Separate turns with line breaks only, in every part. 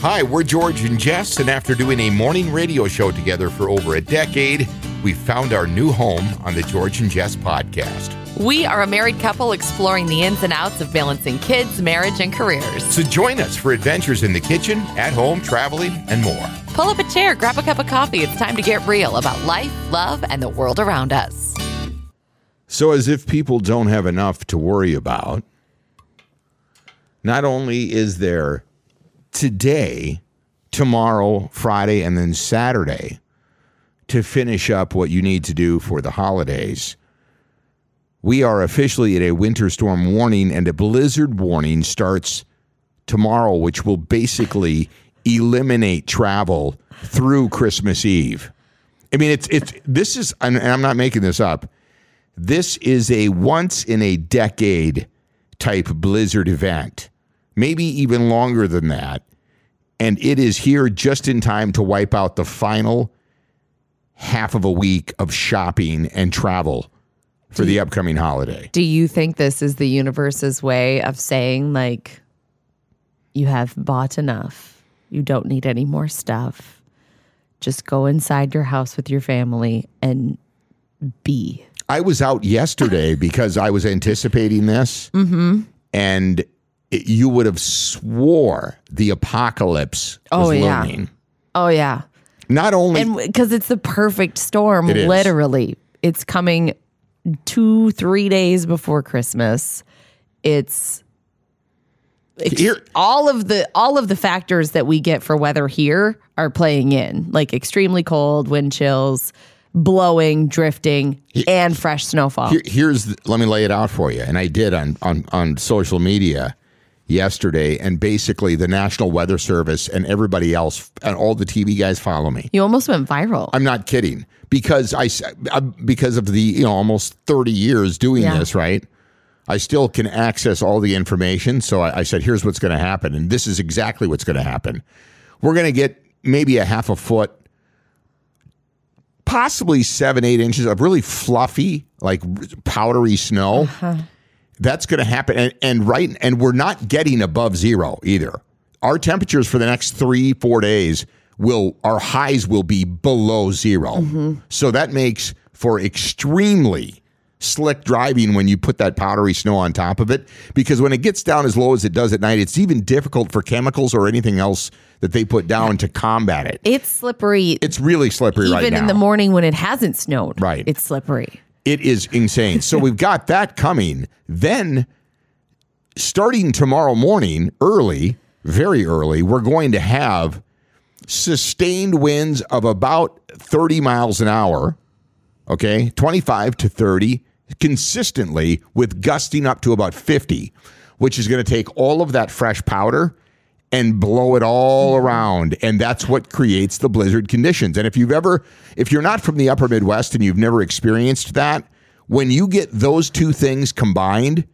Hi, we're George and Jess, and after doing a morning radio show together for over a decade, we found our new home on the George and Jess podcast.
We are a married couple exploring the ins and outs of balancing kids, marriage, and careers.
So join us for adventures in the kitchen, at home, traveling, and more.
Pull up a chair, grab a cup of coffee. It's time to get real about life, love, and the world around us.
So, as if people don't have enough to worry about, not only is there today, tomorrow, Friday, and then Saturday to finish up what you need to do for the holidays, we are officially at a winter storm warning, and a blizzard warning starts tomorrow, which will basically eliminate travel through Christmas Eve. I mean, it's it's this is, and I'm not making this up. This is a once in a decade type blizzard event, maybe even longer than that. And it is here just in time to wipe out the final half of a week of shopping and travel for the upcoming holiday.
Do you think this is the universe's way of saying, like, you have bought enough? You don't need any more stuff. Just go inside your house with your family and be.
I was out yesterday because I was anticipating this, mm-hmm. and it, you would have swore the apocalypse was
Oh, yeah.
looming.
Oh, yeah.
Not only
And because it's the perfect storm,
It is.
literally. It's coming two, three days before Christmas. It's. ex-
Here-
all of the all of the factors that we get for weather here are playing in, like extremely cold, wind chills, blowing, drifting, and fresh snowfall.
Here- here's the, let me lay it out for you and i did on, on on social media yesterday and basically the national weather service and everybody else and all the tv guys follow me
you almost went viral.
i'm not kidding because i s- uh, because of the you know almost 30 years doing
Yeah.
this right i still can access all the information so i, I said here's what's going to happen and this is exactly what's going to happen we're going to get maybe a half a foot possibly seven, eight inches of really fluffy, like r- powdery snow. That's going to happen, and, and right, and we're not getting above zero either. Our temperatures for the next three, four days will our highs will be below 0
Mm-hmm.
So that makes for extremely slick driving when you put that powdery snow on top of it because when it gets down as low as it does at night it's even difficult for chemicals or anything else that they put down to combat it
It's slippery,
it's really slippery
even
right now
in the morning when it hasn't snowed.
Right.
it's slippery.
It is insane. So we've got that coming. Then, starting tomorrow morning, early, very early, we're going to have sustained winds of about 30 miles an hour, okay, 25 to 30, consistently with gusting up to about 50, which is going to take all of that fresh powder and blow it all around and that's what creates the blizzard conditions and if you've ever if you're not from the upper midwest and you've never experienced that when you get those two things combined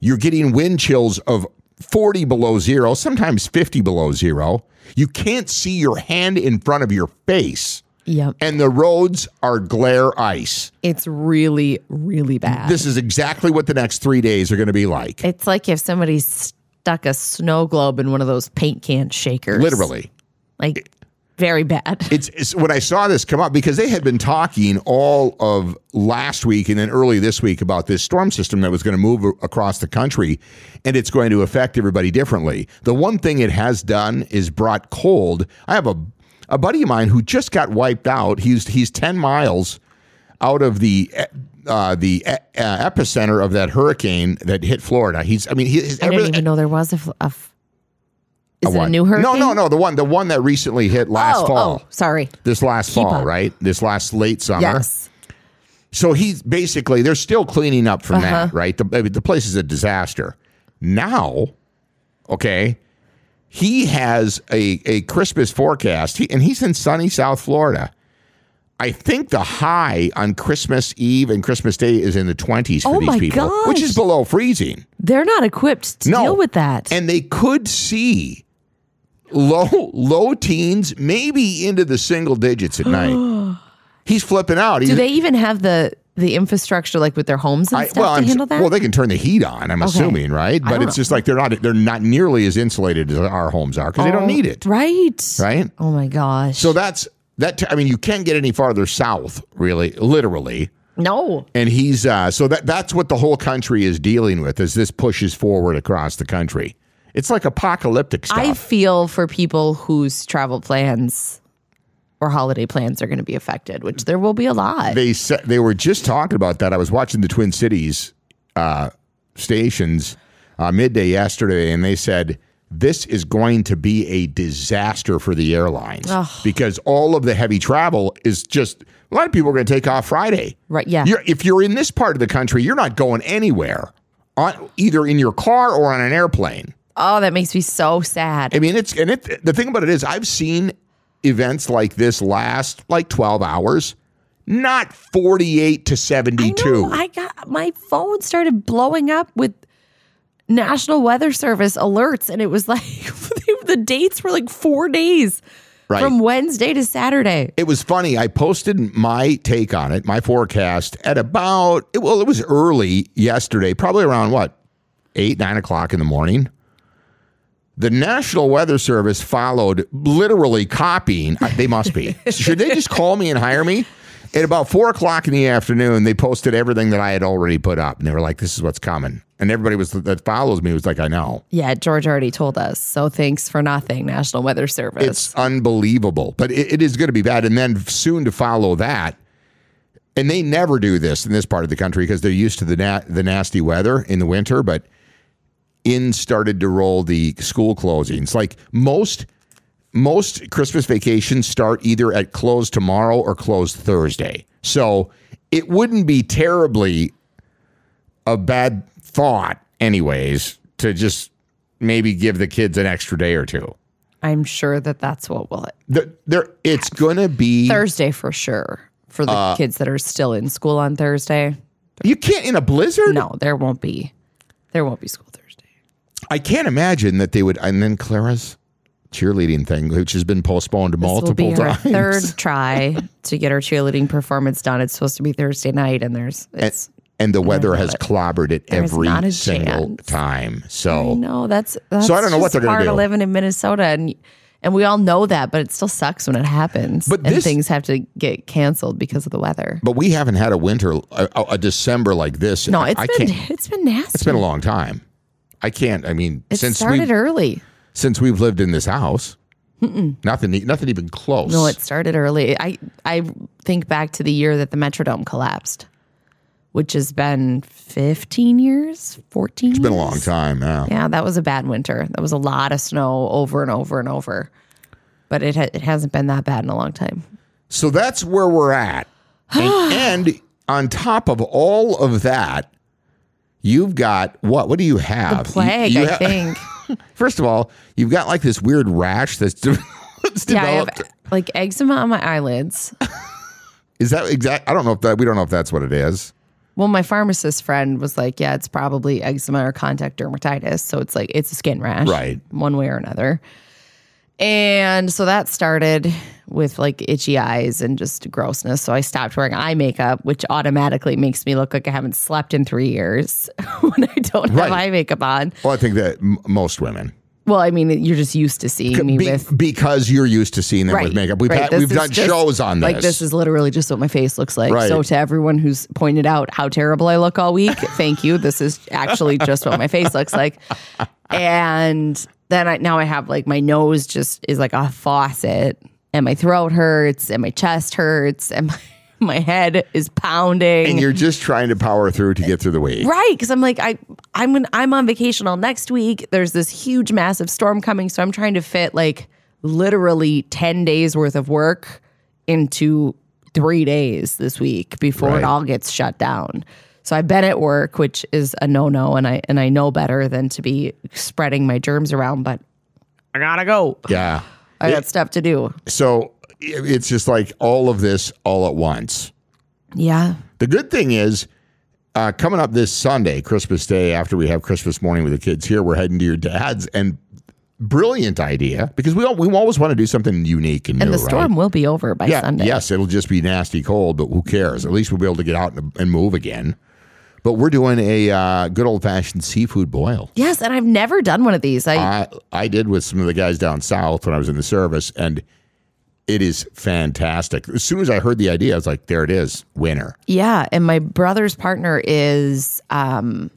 you're getting wind chills of 40 below zero sometimes 50 below zero you can't see your hand in front of your face
Yep,
and the roads are glare ice
it's really, really bad.
this is exactly what the next three days are going to be like
It's like if somebody stuck a snow globe in one of those paint can shakers.
literally
Like very bad.
it's, it's when I saw this come up because they had been talking all of last week and then early this week about this storm system that was going to move a- across the country and it's going to affect everybody differently. The one thing it has done is brought cold. I have a a buddy of mine who just got wiped out. He's he's 10 miles out of the uh, the uh, epicenter of that hurricane that hit Florida. He's I mean he, his,
I didn't
every-
even know there was a. fl- a f- is it
what?
a new hurricane?
No, no, no, the one the one that recently hit last
oh,
fall
oh, sorry.
this last fall,
up.
right? This last late summer.
Yes.
So he's basically they're still cleaning up from
Uh-huh.
that, right? The, I mean, the place is a disaster. Now, okay, he has a a Christmas forecast, he, and he's in sunny South Florida. I think the high on Christmas Eve and Christmas Day is in the twenties for
Oh
these
my
people, which is
gosh.
below freezing.
They're not equipped to
No.
deal with that.
And they could see low low teens, maybe into the single digits at night. He's flipping out. He's,
Do they even have the the infrastructure, like with their homes and
I-
stuff, to
I'm
handle
su-
that?
well, they can turn the heat on. I'm assuming, right? But
don't
it's
know.
just like they're not they're not nearly as insulated as our homes are because they
Oh.
don't need it,
right.
right?
Oh my gosh.
So that's that. I mean, you can't get any farther south, really, literally.
no.
And he's uh, so that that's what the whole country is dealing with as this pushes forward across the country. It's like apocalyptic stuff.
I feel for people whose travel plans or holiday plans are going to be affected, which there will be a lot.
they said they were just talking about that. I was watching the Twin Cities uh, stations uh, midday yesterday, and they said this is going to be a disaster for the airlines because all of the heavy travel is just a lot of people are going to take off Friday.
Right, yeah.
You're, if you're in this part of the country, you're not going anywhere on either in your car or on an airplane.
oh, that makes me so sad.
I mean, it's and it. The thing about it is, I've seen events like this last like twelve hours, not forty-eight to seventy-two.
No, I got my phone started blowing up with National Weather Service alerts, and it was like the dates were like four days
Right.
from Wednesday to Saturday.
it was funny. I posted my take on it, my forecast at about it- well, it was early yesterday, probably around what eight nine o'clock in the morning. The National Weather Service followed, literally copying. I- They must be. Should they just call me and hire me? At about four o'clock in the afternoon, they posted everything that I had already put up, and they were like, "This is what's coming." And everybody was that follows me was like, "I know."
Yeah, George already told us. So thanks for nothing, National Weather Service.
It's unbelievable, but it, it is going to be bad. And then soon to follow that, and they never do this in this part of the country because they're used to the na- the nasty weather in the winter. But in started to roll the school closings. Like most most Christmas vacations start either at close tomorrow or close Thursday. So it wouldn't be terribly a bad thought, anyways, to just maybe give the kids an extra day or two.
I'm sure that that's what will
The, there, it's gonna be.
Thursday for sure for the
Uh,
kids that are still in school on Thursday.
You can't in a blizzard.
No, there won't be. There won't be school Thursday.
I can't imagine that they would. And then Clara's cheerleading thing, which has been postponed multiple
this will be
times.
Her third try to get her cheerleading performance done. It's supposed to be Thursday night, and there's it's.
and the weather has clobbered it every
not a
single
chance.
time. So
no, that's, that's
I don't know what
just
they're gonna
part of
do.
living in Minnesota, and and we all know that, but it still sucks when it happens.
But
and
this-
things have to get canceled because of the weather.
But we haven't had a winter, a, a- a December like this.
No,
I-
it's
I
been
can't.
it's been nasty.
It's been a long time. I can't. I mean,
It
since
started
we
early.
since we've lived in this house, nothing, e- nothing even close.
No, it started early. I I think back to the year that the Metrodome collapsed, which has been 15 years, 14.
it's been a long time. Yeah.
Yeah, that was a bad winter. That was a lot of snow over and over and over. But it ha- it hasn't been that bad in a long time.
So that's where we're at. And, and on top of all of that, you've got what? What do you have? You-
Plague,
you
I
ha-
think.
First of all, you've got like this weird rash that's, de- that's
yeah, I have
developed.
like eczema on my eyelids.
Is that exact? I don't know if that. We don't know if that's what it is.
Well, my pharmacist friend was like, "Yeah, it's probably eczema or contact dermatitis." So it's like it's a skin rash,
Right.
One way or another. And so that started with like itchy eyes and just grossness. So I stopped wearing eye makeup, which automatically makes me look like I haven't slept in three years when I don't
Right.
have eye makeup on.
Well, I think that m- most women,
Well, I mean, you're just used to seeing me
Be-
with
because you're used to seeing them
right
with makeup. We've
right.
had,
This
we've
is
done
just-
shows on this.
Like this is literally just what my face looks like.
Right.
So to everyone who's pointed out how terrible I look all week, thank you. This is actually just what my face looks like. And then I now I have like my nose just is like a faucet, and my throat hurts, and my chest hurts, and my, my head is pounding.
and you're just trying to power through to get through the week.
Right, because I'm like I I'm gonna, I'm on vacation all next week. There's this huge, massive storm coming, so I'm trying to fit like literally ten days worth of work into three days this week before
Right.
it all gets shut down. So I've been at work, which is a no no, and I and I know better than to be spreading my germs around, but I gotta go.
Yeah.
I got stuff to do.
So i- it's just like all of this all at once.
Yeah,
The good thing is, uh, coming up this Sunday, Christmas Day, after we have Christmas morning with the kids here, we're heading to your dad's, and brilliant idea because we all, we always want to do something unique and,
And
new,
the
right?
storm will be over by
Yeah,
Sunday.
yes, it'll just be nasty cold, but who cares? At least we'll be able to get out and, and move again. But we're doing a uh, good old fashioned seafood boil.
Yes, and I've never done one of these. I
I I did with some of the guys down south when I was in the service, and it is fantastic. As soon as I heard the idea, I was like, "There it is, winner."
Yeah, and my brother's partner is um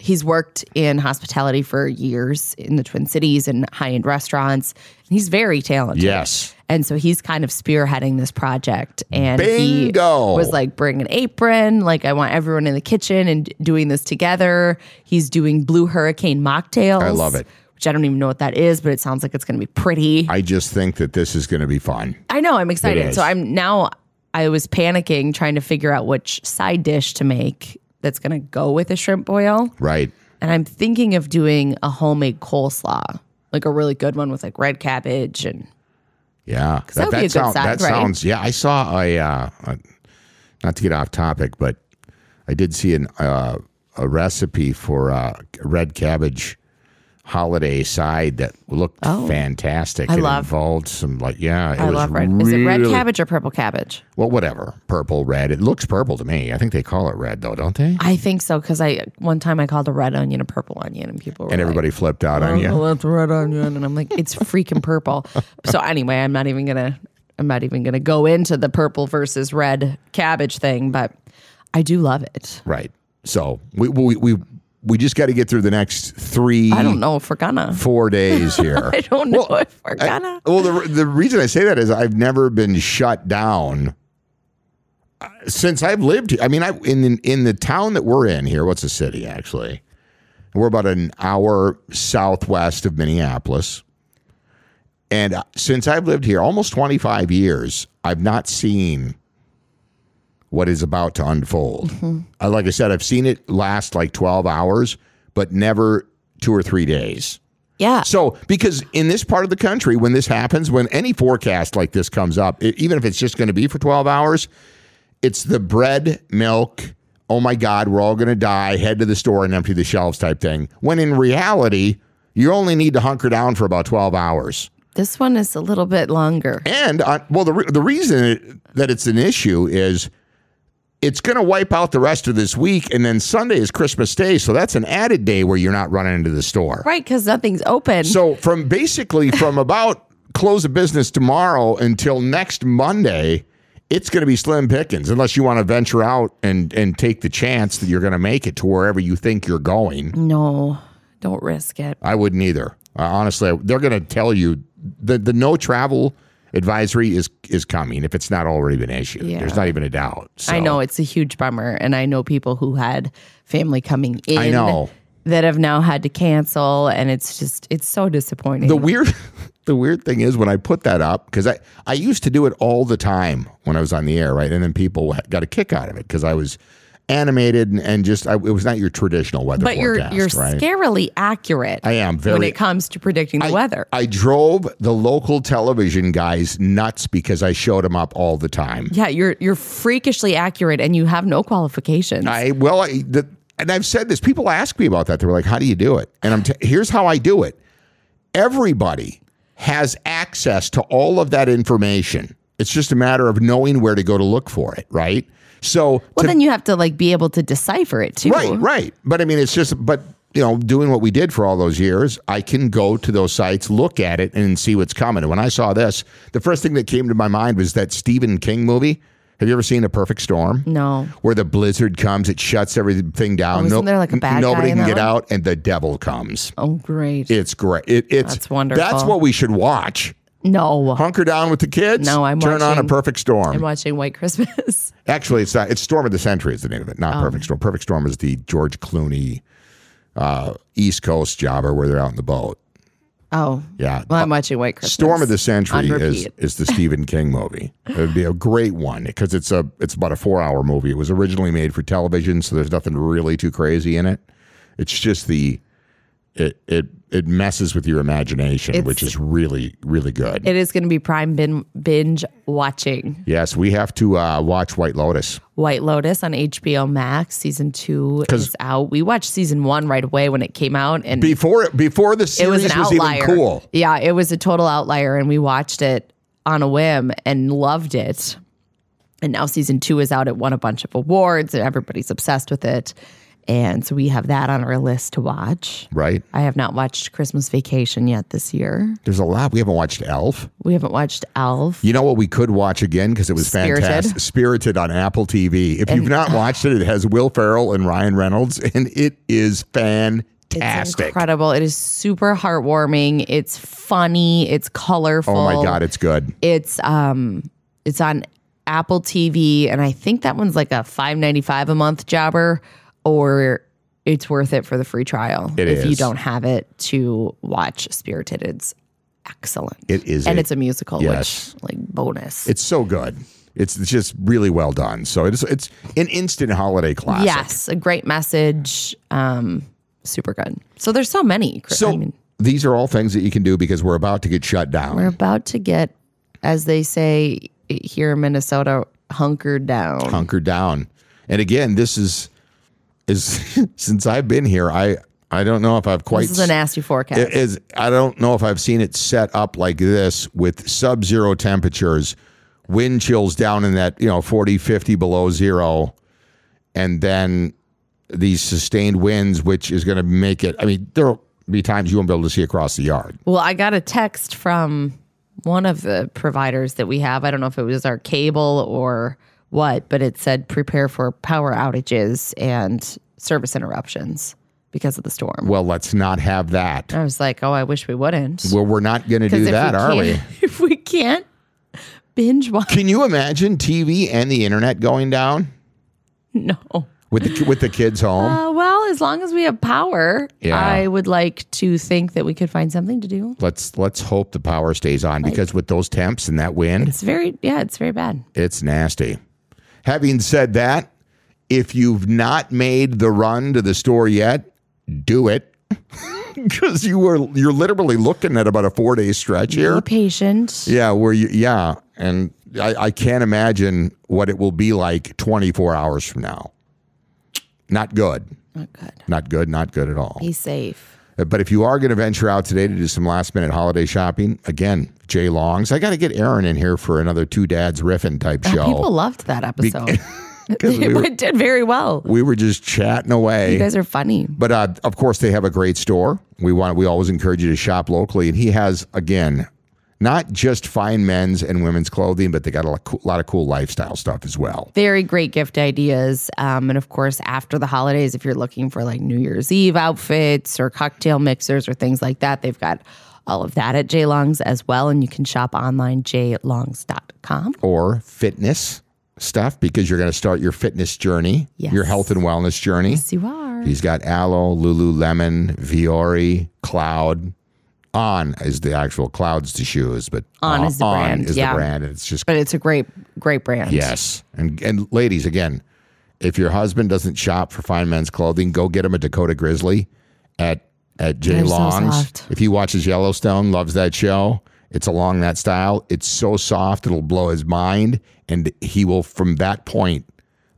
he's worked in hospitality for years in the Twin Cities and high-end restaurants. And he's very talented.
Yes.
And so he's kind of spearheading this project and he
Bingo.
was like bring an apron, like I want everyone in the kitchen and doing this together. He's doing blue hurricane mocktails.
I love it.
Which I don't even know what that is, but it sounds like it's going to be pretty.
I just think that this is going to be fun.
I know. I'm excited.
is.
So I'm now. I was panicking trying to figure out which side dish to make that's going to go with a shrimp boil,
Right.
and I'm thinking of doing a homemade coleslaw, like a really good one with like red cabbage and
Yeah,
that would be a good
sound-
side,
that
right?
sounds. Yeah, I saw a, uh, a- not to get off topic, but I did see an uh, a recipe for uh, red cabbage holiday side that looked fantastic.
Oh. I
it
love-
involved some like yeah, it
I
was
love red. Is it red
really-
cabbage or purple cabbage?
Well, whatever, purple, red. It looks purple to me. I think they call it red though, don't they?
I think so because I one time I called a red onion a purple onion and people were
And
like,
everybody flipped out on you.
"Oh, that's red onion," and I'm like, "It's freaking purple." so anyway, I'm not even gonna. I'm not even going to go into the purple versus red cabbage thing, but I do love it.
Right. So we we we we just got to get through the next three.
I don't know if we're gonna.
four days here.
I don't know if we're gonna.
well, the the reason I say that is I've never been shut down uh, since I've lived. here. I mean, I in the, in the town that we're in here. What's the city actually? We're about an hour southwest of Minneapolis. And uh, since I've lived here almost 25 years, I've not seen what is about to unfold. Uh, like I said, I've seen it last like 12 hours, but never two or three days.
yeah.
So, because in this part of the country, when this happens, when any forecast like this comes up, e- even if it's just going to be for 12 hours, it's the bread, milk, oh my God, we're all going to die, head to the store and empty the shelves type thing. When in reality, you only need to hunker down for about 12 hours.
This one is a little bit longer.
And, uh, well, the, re- the reason it, that it's an issue is it's going to wipe out the rest of this week. And then Sunday is Christmas Day. So that's an added day where you're not running into the store.
Right, because nothing's open.
So from basically from about close of business tomorrow until next Monday, it's going to be slim pickings unless you want to venture out and and take the chance that you're going to make it to wherever you think you're going.
no, don't risk it.
I wouldn't either. Uh, honestly, they're going to tell you the the no travel advisory is is coming if it's not already been issued.
Yeah.
There's not even a doubt. So.
I know it's a huge bummer, and I know people who had family coming in.
I know.
that have now had to cancel, and it's just it's so disappointing.
the weird the weird thing is when I put that up because I I used to do it all the time when I was on the air, right? And then people got a kick out of it because I was animated and, and just I, it was not your traditional weather
but you're
forecast,
you're
right?
scarily accurate.
I am very
when it comes to predicting the weather.
I drove the local television guys nuts because I showed them up all the time.
yeah, you're you're freakishly accurate, and you have no qualifications.
I well, I, the, and I've said this. People ask me about that. They were like, "How do you do it?" And I'm t- here's how I do it. Everybody has access to all of that information. It's just a matter of knowing where to go to look for it, right? So,
well,
to-
then you have to like be able to decipher it too.
right, right. But I mean, it's just, but you know, doing what we did for all those years, I can go to those sites, look at it, and see what's coming. And when I saw this, the first thing that came to my mind was that Stephen King movie. Have you ever seen A Perfect Storm?
No.
where the blizzard comes, it shuts everything down.
isn't there like a
n-
bad
nobody
guy in
can
that
get
one?
out, and the devil comes.
Oh, great.
It's great. It, it's
That's wonderful.
That's what we should watch.
no.
Hunker down with the kids.
No, I'm
turn on a
watching-
perfect storm.
I'm watching White Christmas.
Actually, it's not. It's Storm of the Century is the name of it, not
Oh.
Perfect Storm. Perfect Storm is the George Clooney uh, East Coast jobber where they're out in the boat.
oh,
Yeah,
well, I'm watching White Christmas.
Storm of the Century
On
is
repeat.
is the Stephen King movie. It would be a great one because it's a it's about a four hour movie. It was originally made for television, so there's nothing really too crazy in it. It's just the it it it messes with your imagination,
It's-
which is really really good.
It is going to be prime bin- binge watching.
yes, we have to uh, watch White Lotus.
White Lotus on HBO Max season two is out. We watched season one right away when it came out, and
Before it before the
it
series
was
was,
an outlier.
even cool.
Yeah, it was a total outlier, and we watched it on a whim and loved it. And now season two is out. It won a bunch of awards, and everybody's obsessed with it. And so we have that on our list to watch.
Right?
I have not watched Christmas Vacation yet this year.
There's a lot we haven't watched Elf.
We haven't watched Elf.
You know what we could watch again because it was
Spirited.
fantastic. Spirited on Apple TV. If you've not watched it, it has Will Ferrell and Ryan Reynolds, and it is
It's
fantastic.
incredible. It is super heartwarming. It's funny. It's colorful.
oh my god, it's good.
It's um it's on Apple TV and I think that one's like a 5.95 a month jobber or it's worth it for the free trial
It
if you
is.
don't have it to watch Spirited. It's excellent.
It is
and
a-
it's a musical
Yes.
which like bonus.
It's so good. It's, it's just really well done. So it's it's an instant holiday classic.
yes, a great message. Um super good. So there's so many. Chris.
So
I mean
these are all things that you can do because we're about to get shut down.
We're about to get, as they say here in Minnesota, hunkered down.
hunker down. And again, this is is since I've been here, I I don't know if I've quite
This is a nasty forecast.
it is I don't know if I've seen it set up like this with sub-zero temperatures, wind chills down in that, you know, 40, 50 below 0 and then these sustained winds which is going to make it I mean, there'll be times you won't be able to see across the yard.
well, I got a text from one of the providers that we have. I don't know if it was our cable or what, but it said prepare for power outages and service interruptions because of the storm.
Well, let's not have that.
I was like, oh, I wish we wouldn't.
Well, we're not going to
'Cause
do
if
that, are we?
can't- If we can't binge watch,
Can you imagine TV and the internet going down?
no.
with the with the kids home.
Uh, well, as long as we have power,
Yeah.
I would like to think that we could find something to do.
let's let's hope the power stays on because with those temps and that wind,
It's very, yeah, it's very bad.
it's nasty. Having said that, if you've not made the run to the store yet, do it because you were you're literally looking at about a four day stretch here.
Be patient.
Yeah, where you yeah, and I, I can't imagine what it will be like 24 hours from now. Not good.
Oh, good.
Not good. Not good at all.
Be safe.
But if you are going to venture out today to do some last minute holiday shopping, again, Jay Longs. I got to get Aaron in here for another two dads riffing type
People
show.
loved that episode.
Because we,
it
were,
went- did very well.
we were just chatting
You
away.
guys are funny.
But uh, of course, they have a great store. We want we always encourage you to shop locally, and he has again not just fine men's and women's clothing, but they got a lot cool- lot of cool lifestyle stuff as well.
Very great gift ideas. Um, and of course, after the holidays, if you're looking for like New Year's Eve outfits or cocktail mixers or things like that, they've got all of that at J Long's as well. And you can shop online, jlongs.com.
Or fitness stuff because you're going to start your fitness journey,
Yes.
your health and wellness journey.
Yes, you are.
He's got Aloe, Lululemon, Viore, Cloud. On is the actual Clouds to shoes, but uh,
On is the brand,
is
yeah.
the brand, and it's just
But it's a great, great brand.
yes. And and ladies, again, if your husband doesn't shop for fine men's clothing, go get him a Dakota Grizzly at at Jay
They're so
Long's.
soft.
if he watches Yellowstone, loves that show, it's along that style. It's so soft it'll blow his mind, and he will from that point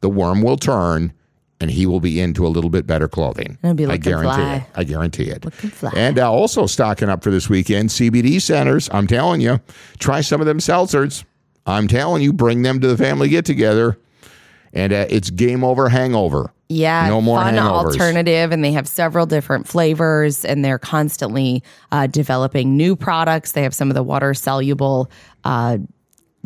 the worm will turn. And he will be into a little bit better clothing.
He'll be
I
looking
guarantee
fly.
it. I guarantee it.
fly.
And uh, also stocking up for this weekend, CBD centers. I'm telling you, try some of them seltzers. I'm telling you, bring them to the family get together. And uh, it's game over hangover.
Yeah,
no more
fun
hangovers.
alternative, and they have several different flavors, and they're constantly uh, developing new products. They have some of the water soluble uh,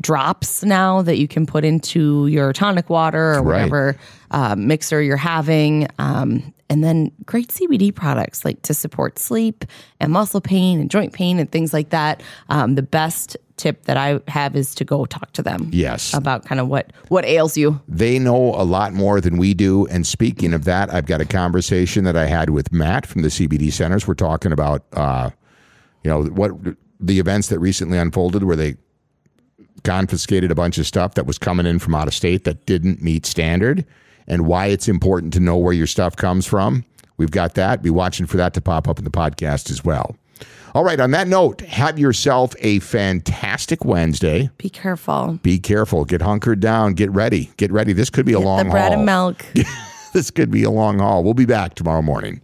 drops now that you can put into your tonic water or
Right.
whatever uh, mixer you're having, um, and then great CBD products like to support sleep and muscle pain and joint pain and things like that. Um, the best tip that I have is to go talk to them.
Yes.
about kind of what what ails you.
They know a lot more than we do. And speaking of that, I've got a conversation that I had with Matt from the CBD centers. We're talking about, uh, you know, what the events that recently unfolded where they confiscated a bunch of stuff that was coming in from out of state that didn't meet standard and why it's important to know where your stuff comes from. We've got that. Be watching for that to pop up in the podcast as well. All right. On that note, have yourself a fantastic Wednesday.
Be careful.
Be careful. Get hunkered down. Get ready. Get ready. This could be a
Get
long
the bread
haul.
and milk.
this could be a long haul. We'll be back tomorrow morning.